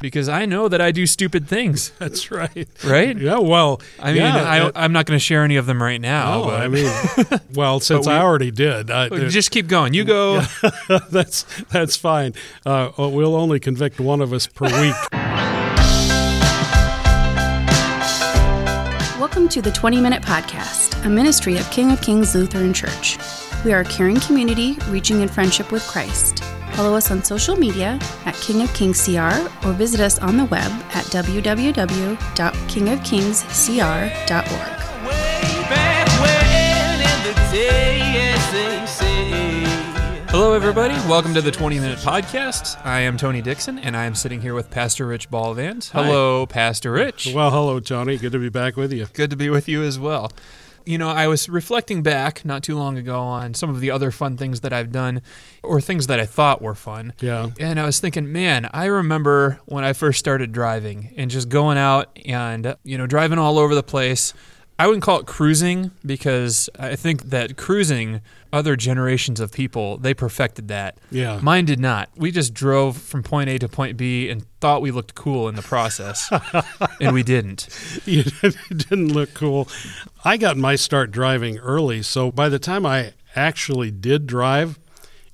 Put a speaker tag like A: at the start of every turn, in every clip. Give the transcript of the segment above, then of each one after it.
A: because I know that I do stupid things,
B: That's right.
A: right?
B: Yeah. Well,
A: I mean,
B: yeah,
A: I,
B: that-
A: I'm not going to share any of them right now.
B: no,
A: but
B: I mean, well, since I already did, I, there-
A: just keep going. You go.
B: that's that's fine. Uh, oh, we'll only convict one of us per week.
C: Welcome to the 20 Minute Podcast, a ministry of King of Kings Lutheran Church. We are a caring community reaching in friendship with Christ. Follow us on social media at King of Kings CR or visit us on the web at www.kingofkingscr.org.
D: Way back when in the day, as they say.
A: Hello, everybody. Welcome to the 20 Minute Podcast. I am Tony Dixon, and I am sitting here with Pastor Rich Ballvant. Hello, Pastor Rich.
B: well, hello, Johnny. Good to be back with you.
A: Good to be with you as well. You know, I was reflecting back not too long ago on some of the other fun things that I've done or things that I thought were fun.
B: Yeah.
A: And I was thinking, man, I remember when I first started driving and just going out and, you know, driving all over the place. I wouldn't call it cruising because I think that cruising, other generations of people, they perfected that.
B: Yeah.
A: Mine did not. We just drove from point A to point B and thought we looked cool in the process, and we didn't.
B: you didn't look cool. I got my start driving early, so by the time I actually did drive,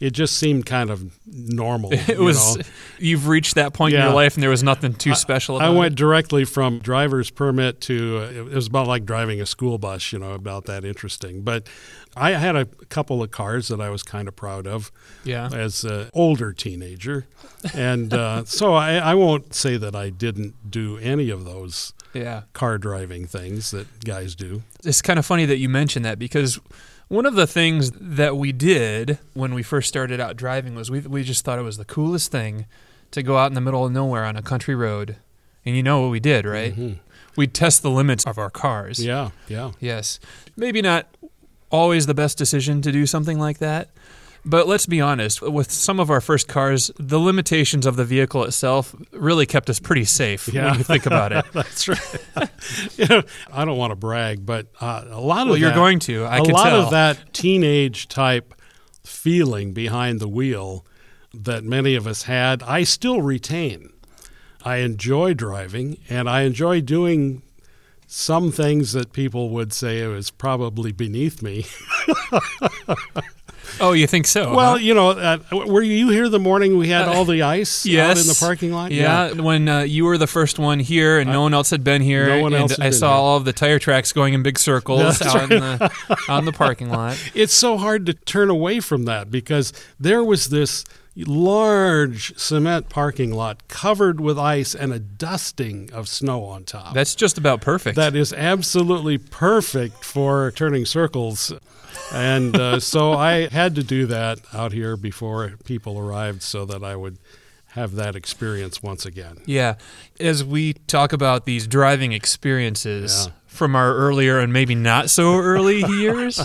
B: it just seemed kind of normal.
A: It was you have reached that point in
B: Yeah.
A: your life and there was nothing too special about
B: I
A: it.
B: went directly from driver's permit to uh, it was about like driving a school bus, you know, about that interesting. But I had a couple of cars that I was kind of proud of
A: Yeah.
B: as an older teenager. And uh, so I, I won't say that I didn't do any of those
A: Yeah.
B: car driving things that guys do.
A: It's kind of funny that you mentioned that because one of the things that we did when we first started out driving was we we just thought it was the coolest thing to go out in the middle of nowhere on a country road. And you know what we did, right? We'd test the limits of our cars.
B: Mm-hmm. Yeah, yeah.
A: Yes. Maybe not always the best decision to do something like that. But let's be honest, with some of our first cars, the limitations of the vehicle itself really kept us pretty safe
B: Yeah.
A: when you think about it.
B: That's right. you know, I don't want to brag, but uh, a lot of
A: Well, you're
B: that-
A: going to. I
B: a
A: can
B: lot
A: tell.
B: of that teenage type feeling behind the wheel that many of us had, I still retain. I enjoy driving, and I enjoy doing some things that people would say it was probably beneath me.
A: Oh, you think so?
B: Well,
A: huh?
B: you know, uh, were you here the morning we had all the ice out in the parking lot?
A: Yeah, when uh, you were the first one here and no one else had been here,
B: no one
A: and
B: else had
A: I
B: been
A: saw
B: here.
A: all of the tire tracks going in big circles out in the out in the parking lot.
B: it's so hard to turn away from that because there was this large cement parking lot covered with ice and a dusting of snow on top.
A: That's just about perfect.
B: that is absolutely perfect for turning circles. And uh, so I had to do that out here before people arrived so that I would have that experience once again.
A: Yeah. As we talk about these driving experiences
B: Yeah.
A: from our earlier and maybe not so early years,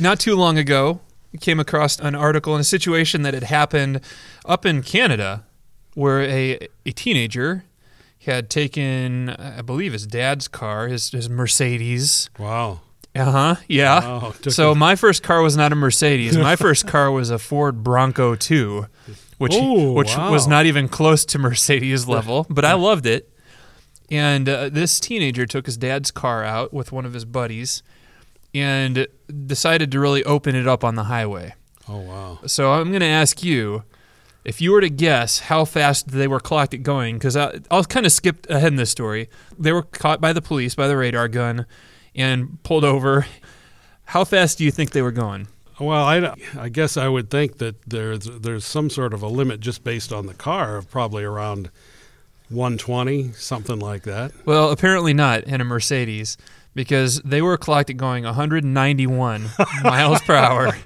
A: not too long ago, we came across an article in a situation that had happened up in Canada where a, a teenager had taken, I believe, his dad's car, his, his Mercedes.
B: Wow.
A: Uh huh. Yeah.
B: Wow, took
A: so my first car was not a Mercedes. My first car was a Ford Bronco 2, which
B: Oh,
A: which
B: wow.
A: was not even close to Mercedes level, but I loved it. And uh, this teenager took his dad's car out with one of his buddies and decided to really open it up on the highway.
B: Oh, wow.
A: So I'm going to ask you if you were to guess how fast they were clocked at going, because I'll kind of skip ahead in this story. They were caught by the police by the radar gun and pulled over. How fast do you think they were going?
B: Well, I, I guess I would think that there's there's some sort of a limit just based on the car of probably around 120, something like that.
A: Well, apparently not in a Mercedes because they were clocked at going 191 miles per hour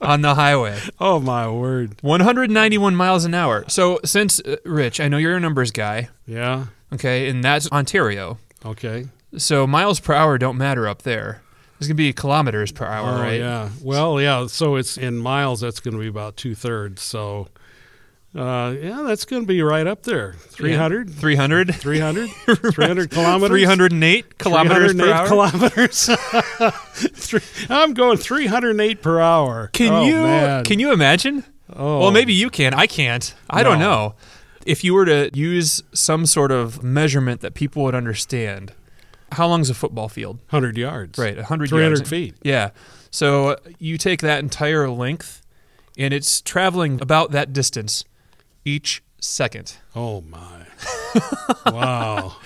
A: on the highway.
B: Oh my word!
A: 191 miles an hour. So, since uh, Rich, I know you're a numbers guy,
B: Yeah.
A: okay, and that's Ontario.
B: Okay.
A: So miles per hour don't matter up there. It's gonna be kilometers per hour,
B: Oh
A: right?
B: yeah. Well, yeah. So it's in miles. That's going to be about two thirds. So, uh, yeah, that's going to be right up there. 300,
A: 300,
B: 300, 300 kilometers.
A: 308 kilometers per
B: 308
A: hour.
B: kilometers. Three- I'm going 308 per hour.
A: can
B: Oh,
A: you
B: man.
A: can you imagine?
B: Oh.
A: Well, maybe you can. I can't. I don't
B: No.
A: know. If you were to use some sort of measurement that people would understand, how long's a football field?
B: 100 yards.
A: Right, 100
B: 300
A: yards.
B: feet.
A: Yeah. So uh, you take that entire length and it's traveling about that distance each second.
B: Oh, my. wow.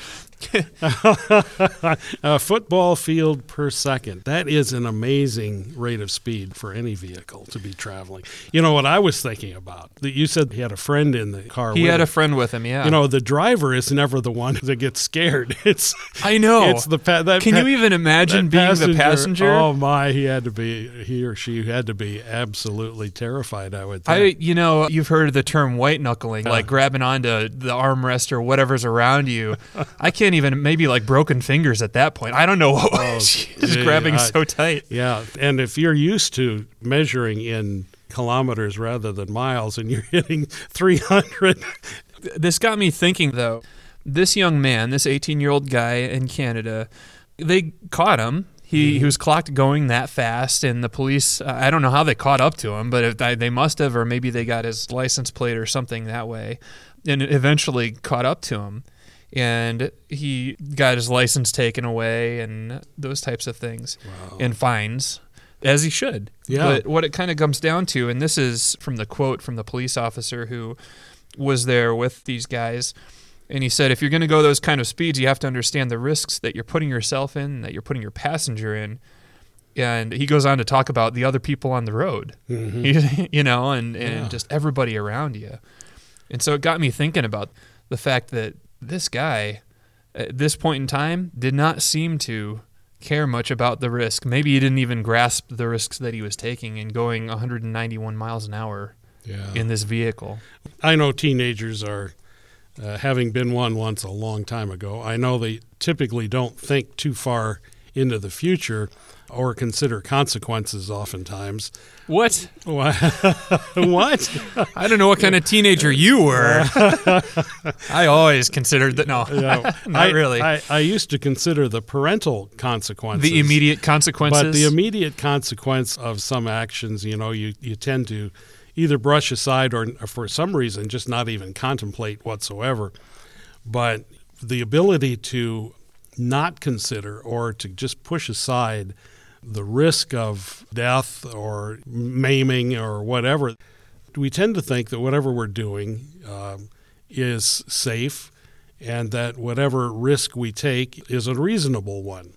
B: a football field per second. That is an amazing rate of speed for any vehicle to be traveling. You know what I was thinking about? That you said he had a friend in the car.
A: He
B: with
A: had
B: him.
A: a friend with him, yeah.
B: You know, the driver is never the one that gets scared. It's
A: I know.
B: It's the pa- that
A: Can
B: pa-
A: you even imagine
B: that
A: being the passenger?
B: Oh my, he had to be he or she had to be absolutely terrified. I would.
A: I,
B: Think.
A: you know, you've heard the term white knuckling, like grabbing onto the armrest or whatever's around you. I can't even, maybe like broken fingers at that point. I don't know. just
B: Oh, gee,
A: grabbing
B: I-
A: so tight.
B: yeah, and if you're used to measuring in kilometers rather than miles, and you're hitting 300,
A: This got me thinking, though. This young man, this 18 year old guy in Canada, they caught him. He, he was clocked going that fast, and the police, uh, I don't know how they caught up to him, but if they, they must have, or maybe they got his license plate or something that way, and eventually caught up to him. And he got his license taken away and those types of things, and fines, as he should.
B: Yeah.
A: But what it kind of comes down to, and this is from the quote from the police officer who was there with these guys. And he said, if you're going to go those kind of speeds, you have to understand the risks that you're putting yourself in, that you're putting your passenger in. And he goes on to talk about the other people on the road, you know, and, and
B: Yeah.
A: just everybody around you. And so it got me thinking about the fact that this guy, at this point in time, did not seem to care much about the risk. Maybe he didn't even grasp the risks that he was taking in going 191 miles an hour
B: yeah,
A: in this vehicle.
B: I know teenagers are, uh, having been one once a long time ago, I know they typically don't think too far into the future or consider consequences oftentimes.
A: What?
B: what?
A: I don't know what kind of teenager you were. I always considered that. No,
B: Yeah.
A: not
B: I,
A: really.
B: I, I used to consider the parental consequences.
A: the immediate consequences.
B: But the immediate consequence of some actions, you know, you, you tend to either brush aside or, or for some reason just not even contemplate whatsoever. But the ability to not consider or to just push aside the risk of death or maiming or whatever, we tend to think that whatever we're doing um, is safe and that whatever risk we take is a reasonable one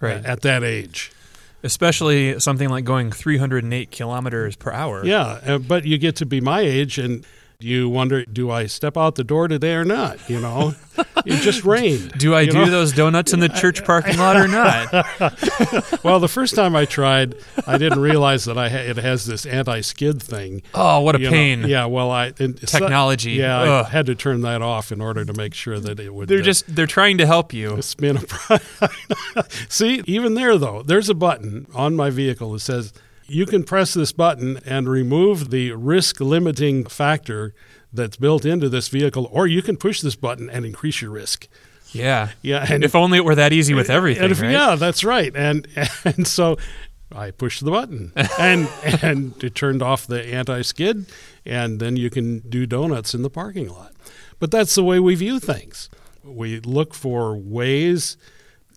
A: Right.
B: at that age.
A: Especially something like going 308 kilometers per hour.
B: Yeah, uh, but you get to be my age and you wonder, do I step out the door today or not? You know, it just rained.
A: Do I
B: you
A: do
B: know?
A: those donuts in the church parking lot or not?
B: Well, the first time I tried, I didn't realize that I ha- it has this anti-skid thing.
A: Oh, what a
B: you know.
A: pain.
B: Yeah, well, I and so-
A: Technology.
B: yeah,
A: Ugh.
B: I had to turn that off in order to make sure that it would.
A: They're
B: uh,
A: just they're trying to help you.
B: It's been a pro- See, even there though, there's a button on my vehicle that says you can press this button and remove the risk limiting factor that's built into this vehicle, or you can push this button and increase your risk.
A: Yeah.
B: Yeah,
A: And
B: and-
A: if only it were that easy with everything,
B: and if,
A: right?
B: yeah, that's right. And and so I pushed the button and and it turned off the anti skid, and then you can do donuts in the parking lot. But that's the way we view things. We look for ways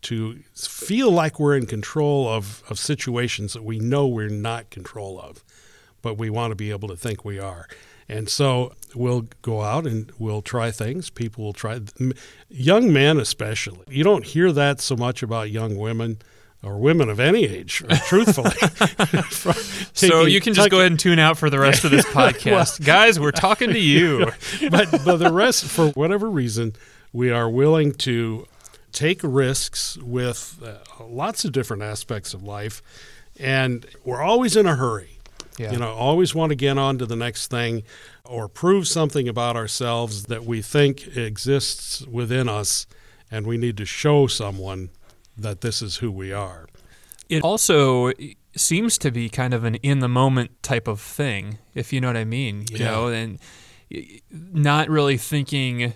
B: to feel like we're in control of, of situations that we know we're not control of, but we want to be able to think we are. And so we'll go out and we'll try things. People will try, m- young men especially. You don't hear that so much about young women or women of any age, truthfully.
A: So you can just go ahead and tune out for the rest of this podcast. Guys, we're talking to you.
B: but but the rest, for whatever reason, we are willing to take risks with uh, lots of different aspects of life, and we're always in a hurry.
A: Yeah.
B: You know, always want to get on to the next thing or prove something about ourselves that we think exists within us, and we need to show someone that this is who we are.
A: it also seems to be kind of an in the moment type of thing, if you know what I mean. You
B: Yeah.
A: know, and not really thinking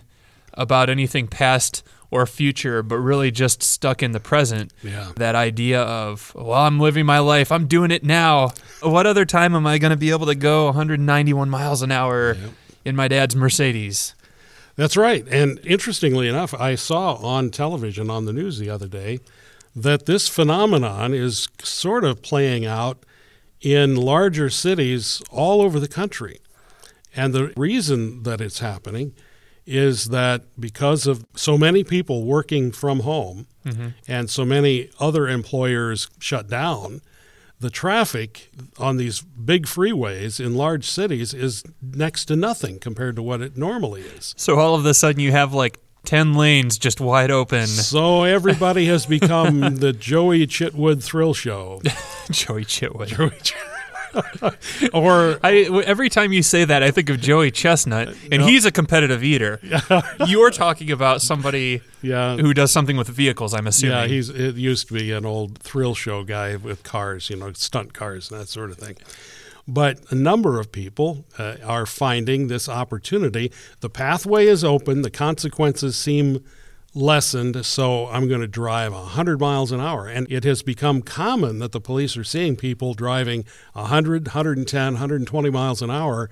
A: about anything past or future, but really just stuck in the present.
B: Yeah.
A: That idea of, well, I'm living my life, I'm doing it now. What other time am I going to be able to go 191 miles an hour in my dad's Mercedes?
B: That's right. And interestingly enough, I saw on television on the news the other day that this phenomenon is sort of playing out in larger cities all over the country. And the reason that it's happening is that because of so many people working from home and so many other employers shut down, the traffic on these big freeways in large cities is next to nothing compared to what it normally is.
A: So all of a sudden you have like 10 lanes just wide open.
B: So everybody has become the Joey Chitwood thrill show.
A: Joey Chitwood.
B: Or
A: I, w- every time you say that, I think of Joey Chestnut, and he's a competitive eater. You're talking about somebody
B: Yeah.
A: who does something with vehicles, I'm assuming.
B: yeah, he's it used to be an old thrill show guy with cars, you know, stunt cars and that sort of thing. But a number of people uh, are finding this opportunity. The pathway is open. The consequences seem lessened. So I'm going to drive 100 miles an hour. And it has become common that the police are seeing people driving 100, 110, 120 miles an hour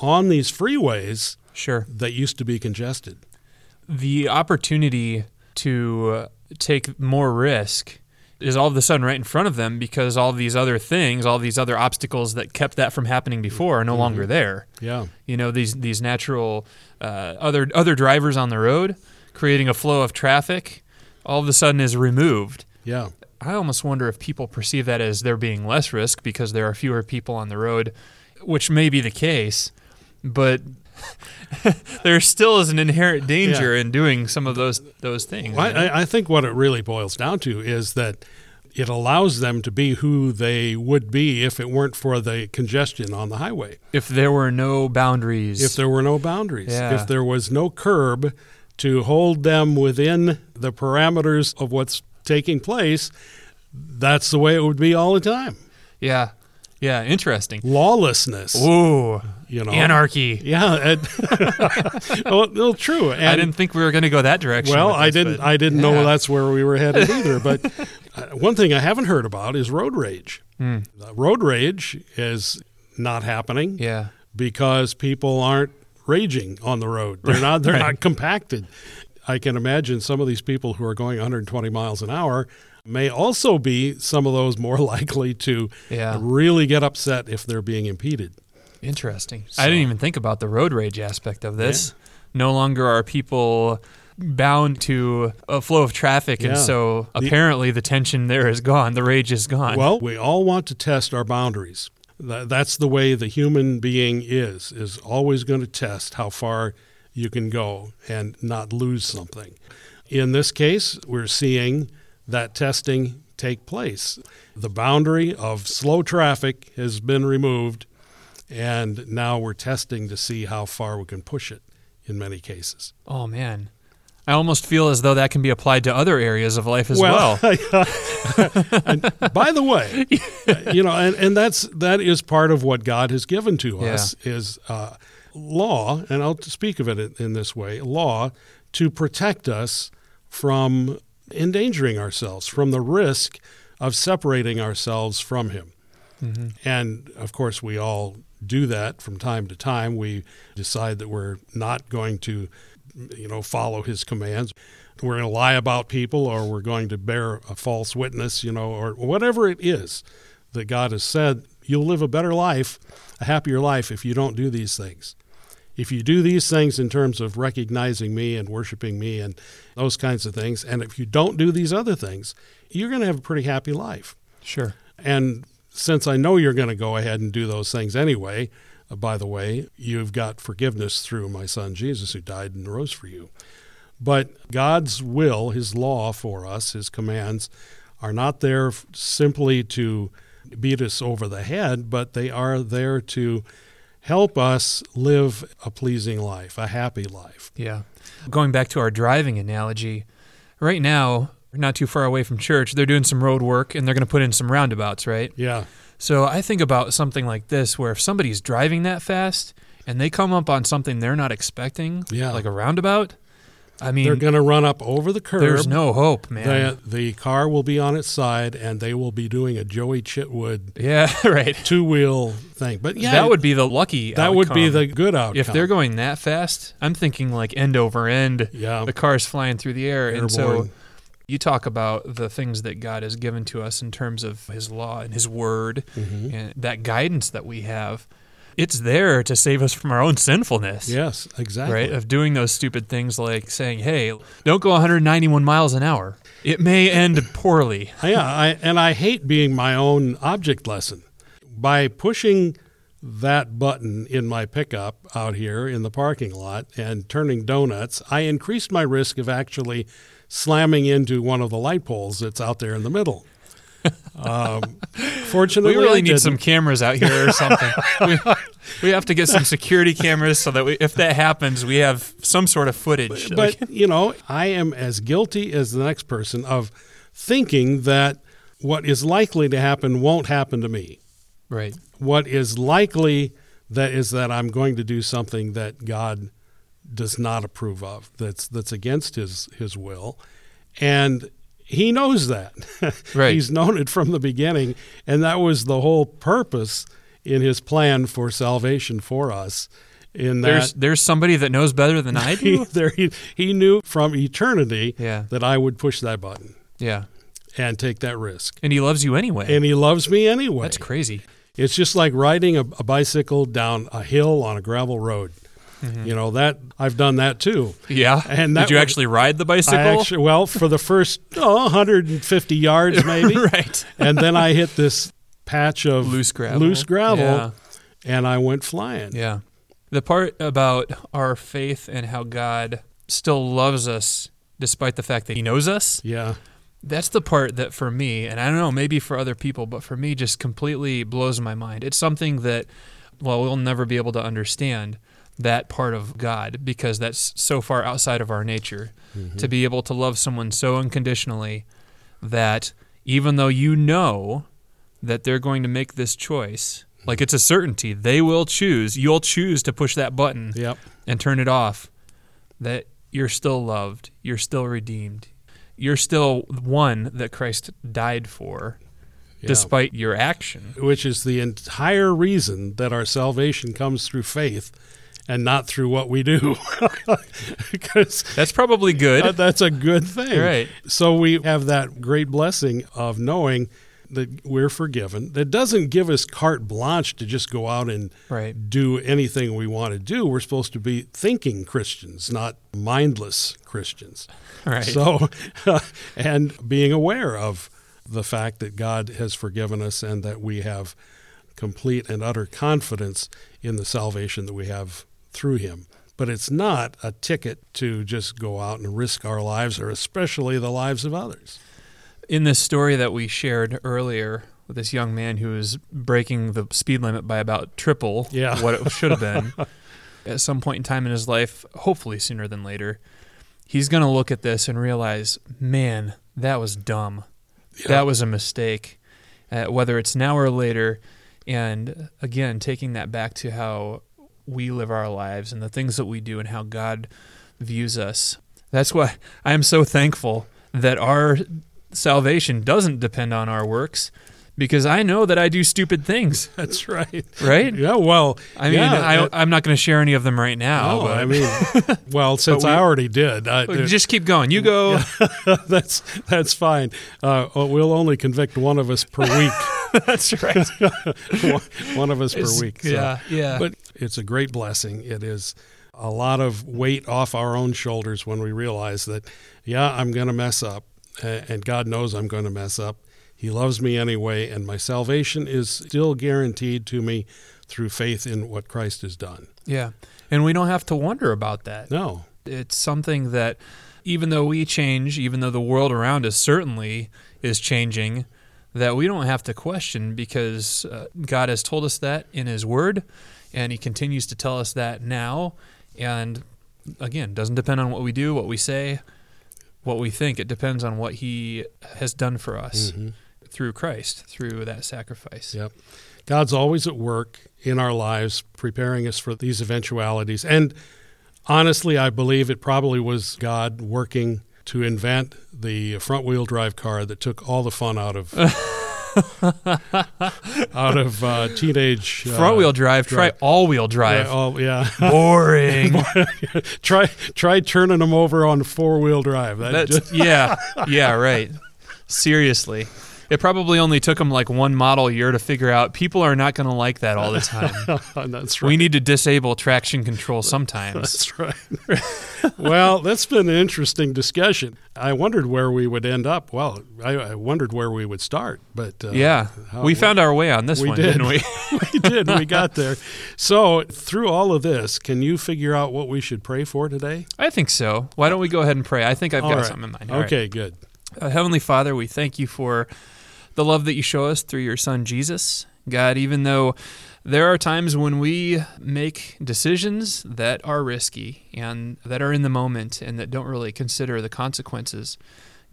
B: on these freeways
A: sure.
B: that used to be congested.
A: The opportunity to uh, take more risk is all of a sudden right in front of them because all these other things, all these other obstacles that kept that from happening before are no longer there.
B: Mm-hmm. Yeah.
A: you know these these natural uh, other other drivers on the road creating a flow of traffic all of a sudden is removed
B: Yeah.
A: i almost wonder if people perceive that as there being less risk because there are fewer people on the road which may be the case but there still is an inherent danger in doing some of those those things
B: Well,
A: you know?
B: I, I- I think what it really boils down to is that it allows them to be who they would be if it weren't for the congestion on the highway.
A: if there were no boundaries
B: If there were no boundaries,
A: Yeah.
B: if there was no curb to hold them within the parameters of what's taking place, that's the way it would be all the time.
A: yeah yeah interesting
B: Lawlessness,
A: ooh
B: you know.
A: anarchy
B: Yeah, it- well, well, true. And
A: i didn't think we were going to go that direction
B: Well,
A: with
B: I
A: this,
B: didn't.
A: but-
B: I didn't know
A: Yeah.
B: that's where we were headed either. But uh, one thing I haven't heard about is road rage.
A: Hmm.
B: Uh, Road rage is not happening
A: yeah
B: because people aren't raging on the road. They're not. They're not compacted. I can imagine some of these people who are going 120 miles an hour may also be some of those more likely to
A: Yeah.
B: really get upset if they're being impeded.
A: Interesting. I didn't even think about the road rage aspect of this. No longer are people bound to a flow of traffic, and
B: Yeah.
A: so apparently the tension there is gone. The rage is gone.
B: Well, we all want to test our boundaries. Tha- That's the way the human being is, is always going to test how far you can go and not lose something. In this case, we're seeing that testing take place. The boundary of slow traffic has been removed, and now we're testing to see how far we can push it in many cases.
A: oh man, I almost feel as though that can be applied to other areas of life as well.
B: By the way, you know, and, and that's that is part of what God has given to
A: Yeah.
B: us is uh, law, and I'll speak of it in, in this way: law to protect us from endangering ourselves, from the risk of separating ourselves from Him. And of course, we all do that from time to time. We decide that we're not going to, you know, follow his commands. We're going to lie about people or we're going to bear a false witness, you know, or whatever it is that God has said. You'll live a better life, a happier life, if you don't do these things. If you do these things in terms of recognizing me and worshiping me and those kinds of things, and if you don't do these other things, you're going to have a pretty happy life.
A: sure.
B: And since I know you're going to go ahead and do those things anyway, uh, by the way, you've got forgiveness through my son Jesus who died and rose for you. But God's will, his law for us, his commands, are not there f- simply to beat us over the head, but they are there to help us live a pleasing life, a happy life.
A: Yeah. Going back to our driving analogy, right now, not too far away from church, they're doing some road work and they're going to put in some roundabouts, right?
B: Yeah.
A: So I think about something like this, where if somebody's driving that fast and they come up on something they're not expecting,
B: Yeah.
A: like a roundabout, I mean,
B: They're going to run up over the curb.
A: there's no hope, man.
B: The, the car will be on its side, and they will be doing a Joey Chitwood
A: yeah, right.
B: two wheel thing. But yeah,
A: that would be the lucky.
B: that would be
A: outcome.
B: the good outcome.
A: If they're going that fast, I'm thinking like end over end.
B: Yeah.
A: The car's flying through the air. And so
B: Airborne.
A: you talk about the things that God has given to us in terms of his law and his word
B: Mm-hmm.
A: and that guidance that we have. It's there to save us from our own sinfulness.
B: yes, exactly.
A: Right? Of doing those stupid things like saying, hey, don't go 191 miles an hour. It may end poorly.
B: yeah, I, and I hate being my own object lesson. By pushing that button in my pickup out here in the parking lot and turning donuts, I increased my risk of actually slamming into one of the light poles that's out there in the middle. Um, fortunately,
A: We really
B: I
A: need some
B: didn't.
A: cameras out here or something. we, we have to get some security cameras so that we, if that happens, we have some sort of footage. Like-
B: But you know, I am as guilty as the next person of thinking that what is likely to happen won't happen to me.
A: right.
B: what is likely that is that I'm going to do something that God does not approve of that's that's against his his will and he knows that
A: Right.
B: he's known it from the beginning and that was the whole purpose in his plan for salvation for us in that
A: There's there's somebody that knows better than I
B: he,
A: do.
B: there, he, he knew from eternity
A: Yeah.
B: that I would push that button
A: yeah,
B: and take that risk
A: and he loves you anyway.
B: and he loves me anyway
A: That's crazy.
B: It's just like riding a, a bicycle down a hill on a gravel road.
A: Mm-hmm.
B: You know that I've done that too.
A: Yeah.
B: And
A: did
B: that
A: you
B: would-
A: actually ride the bicycle?
B: I actually, well, for the first oh, 150 yards maybe,
A: right.
B: and then I hit this patch of
A: Loose gravel.
B: loose gravel,
A: Yeah.
B: and I went flying.
A: Yeah. The part about our faith and how God still loves us despite the fact that he knows us.
B: Yeah.
A: That's the part that for me, and I don't know, maybe for other people, but for me just completely blows my mind. It's something that well, we'll never be able to understand that part of God because that's so far outside of our nature to be able to love someone so unconditionally that even though you know that they're going to make this choice, like it's a certainty, they will choose, you'll choose to push that button
B: Yep.
A: and turn it off, that you're still loved, you're still redeemed, you're still one that Christ died for,
B: Yeah.
A: despite your action.
B: Which is the entire reason that our salvation comes through faith, and not through what we do, because
A: That's probably good.
B: Uh, that's a good thing.
A: Right.
B: So we have that great blessing of knowing that we're forgiven. That doesn't give us carte blanche to just go out and
A: Right.
B: do anything we want to do. We're supposed to be thinking Christians, not mindless Christians.
A: Right.
B: So, and being aware of the fact that God has forgiven us and that we have complete and utter confidence in the salvation that we have through Him. But it's not a ticket to just go out and risk our lives or especially the lives of others.
A: in this story that we shared earlier with this young man who was breaking the speed limit by about triple
B: Yeah.
A: what it should have been at some point in time in his life, hopefully sooner than later, he's going to look at this and realize, man, that was dumb. That was a mistake, uh, whether it's now or later. And again, taking that back to how we live our lives and the things that we do and how God views us. That's why I am so thankful that our salvation doesn't depend on our works because I know that I do stupid things,
B: That's right.
A: right?
B: Yeah, well,
A: I mean,
B: yeah,
A: I,
B: that-
A: I'm not going to share any of them right now.
B: no,
A: but
B: I mean, well, since I already did, I,
A: just keep going. You go.
B: that's that's fine. Uh, we'll only convict one of us per week.
A: That's right.
B: one one of us per
A: It's-
B: week.
A: yeah, yeah.
B: But it's a great blessing. It is a lot of weight off our own shoulders when we realize that, yeah, I'm going to mess up, a- and God knows I'm going to mess up. He loves me anyway, and my salvation is still guaranteed to me through faith in what Christ has done.
A: Yeah. And we don't have to wonder about that.
B: No,
A: It's something that, even though we change, even though the world around us certainly is changing, that we don't have to question because uh, God has told us that in His Word, and He continues to tell us that now. And again, doesn't depend on what we do, what we say, what we think. It depends on what He has done for us through Christ, through that sacrifice.
B: Yep. God's always at work in our lives, preparing us for these eventualities. And Honestly, I believe it probably was God working to invent the front wheel drive car that took all the fun out of out of uh, teenage uh,
A: Front wheel drive. Try all wheel drive.
B: Yeah, oh yeah.
A: Boring.
B: try try turning them over on four wheel drive. That just-
A: That's yeah, yeah, right. Seriously, it probably only took them like one model year to figure out people are not going to like that all the time.
B: that's right.
A: we need to disable traction control sometimes.
B: That's right. well, that's been an interesting discussion. I wondered where we would end up. Well, I, I wondered where we would start, but uh,
A: Yeah,
B: how-
A: we found our way on this
B: we
A: one,
B: did.
A: did. not we?
B: we did. We got there. So through all of this, can you figure out what we should pray for today?
A: I think so. Why don't we go ahead and pray? I think I've
B: All
A: got
B: right.
A: something in mind. All right.
B: Okay, good.
A: Uh, Heavenly Father, we thank you for the love that you show us through your Son Jesus. God, even though there are times when we make decisions that are risky and that are in the moment and that don't really consider the consequences,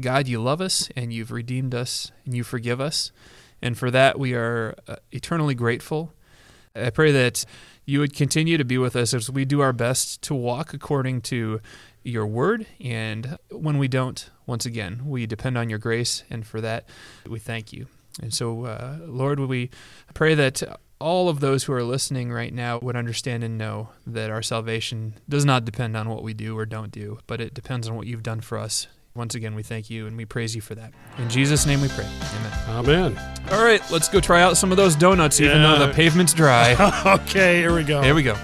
A: God, you love us and you've redeemed us and you forgive us. And for that, we are uh, eternally grateful. I pray that you would continue to be with us as we do our best to walk according to your word. And when we don't, once again, we depend on your grace. And for that, we thank you. And so, uh, Lord, we pray that all of those who are listening right now would understand and know that our salvation does not depend on what we do or don't do, but it depends on what you've done for us. Once again, we thank you and we praise you for that. In Jesus' name we pray. Amen.
B: Amen.
A: All right, let's go try out some of those donuts, even though
B: Yeah.
A: the pavement's dry.
B: okay, here we go.
A: Here we go.